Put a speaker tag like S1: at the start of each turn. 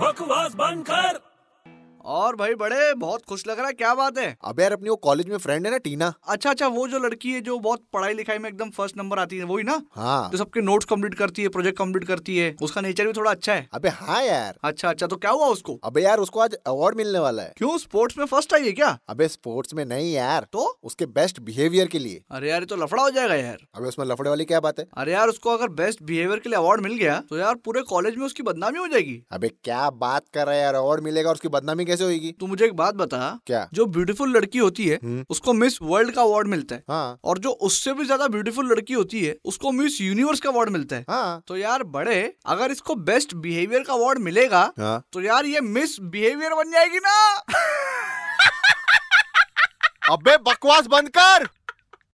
S1: बकवास बंद कर
S2: और भाई बड़े बहुत खुश लग रहा है क्या बात है
S3: अबे यार अपनी वो कॉलेज में फ्रेंड है ना टीना
S2: अच्छा अच्छा वो जो लड़की है जो बहुत पढ़ाई लिखाई में एकदम फर्स्ट नंबर आती है वही ना
S3: हाँ
S2: जो सबके नोट्स कंप्लीट करती है प्रोजेक्ट कंप्लीट करती है उसका नेचर भी थोड़ा अच्छा है
S3: अबे हाँ यार
S2: अच्छा अच्छा तो क्या हुआ उसको
S3: अबे यार उसको आज अवार्ड मिलने वाला है
S2: क्यों स्पोर्ट्स में फर्स्ट आई है क्या
S3: अबे स्पोर्ट्स में नहीं यार
S2: तो
S3: उसके बेस्ट बिहेवियर के लिए
S2: अरे यार ये तो लफड़ा हो जाएगा यार
S3: अबे उसमें लफड़े वाली क्या बात है
S2: अरे यार उसको अगर बेस्ट बिहेवियर के लिए अवार्ड मिल गया तो यार पूरे कॉलेज में उसकी बदनामी हो जाएगी
S3: अबे क्या बात कर रहा है यार अवार्ड मिलेगा और उसकी बदनामी कैसे होगी
S2: तू मुझे एक बात बता
S3: क्या
S2: जो ब्यूटीफुल लड़की होती है
S3: हम्म।
S2: उसको मिस वर्ल्ड का अवार्ड मिलता है
S3: हाँ
S2: और जो उससे भी ज्यादा ब्यूटीफुल लड़की होती है उसको मिस यूनिवर्स का अवार्ड मिलता है
S3: हाँ
S2: तो यार बड़े अगर इसको बेस्ट बिहेवियर का अवार्ड मिलेगा
S3: हाँ
S2: तो यार ये मिस बिहेवियर बन जाएगी ना
S3: अबे बकवास बंद कर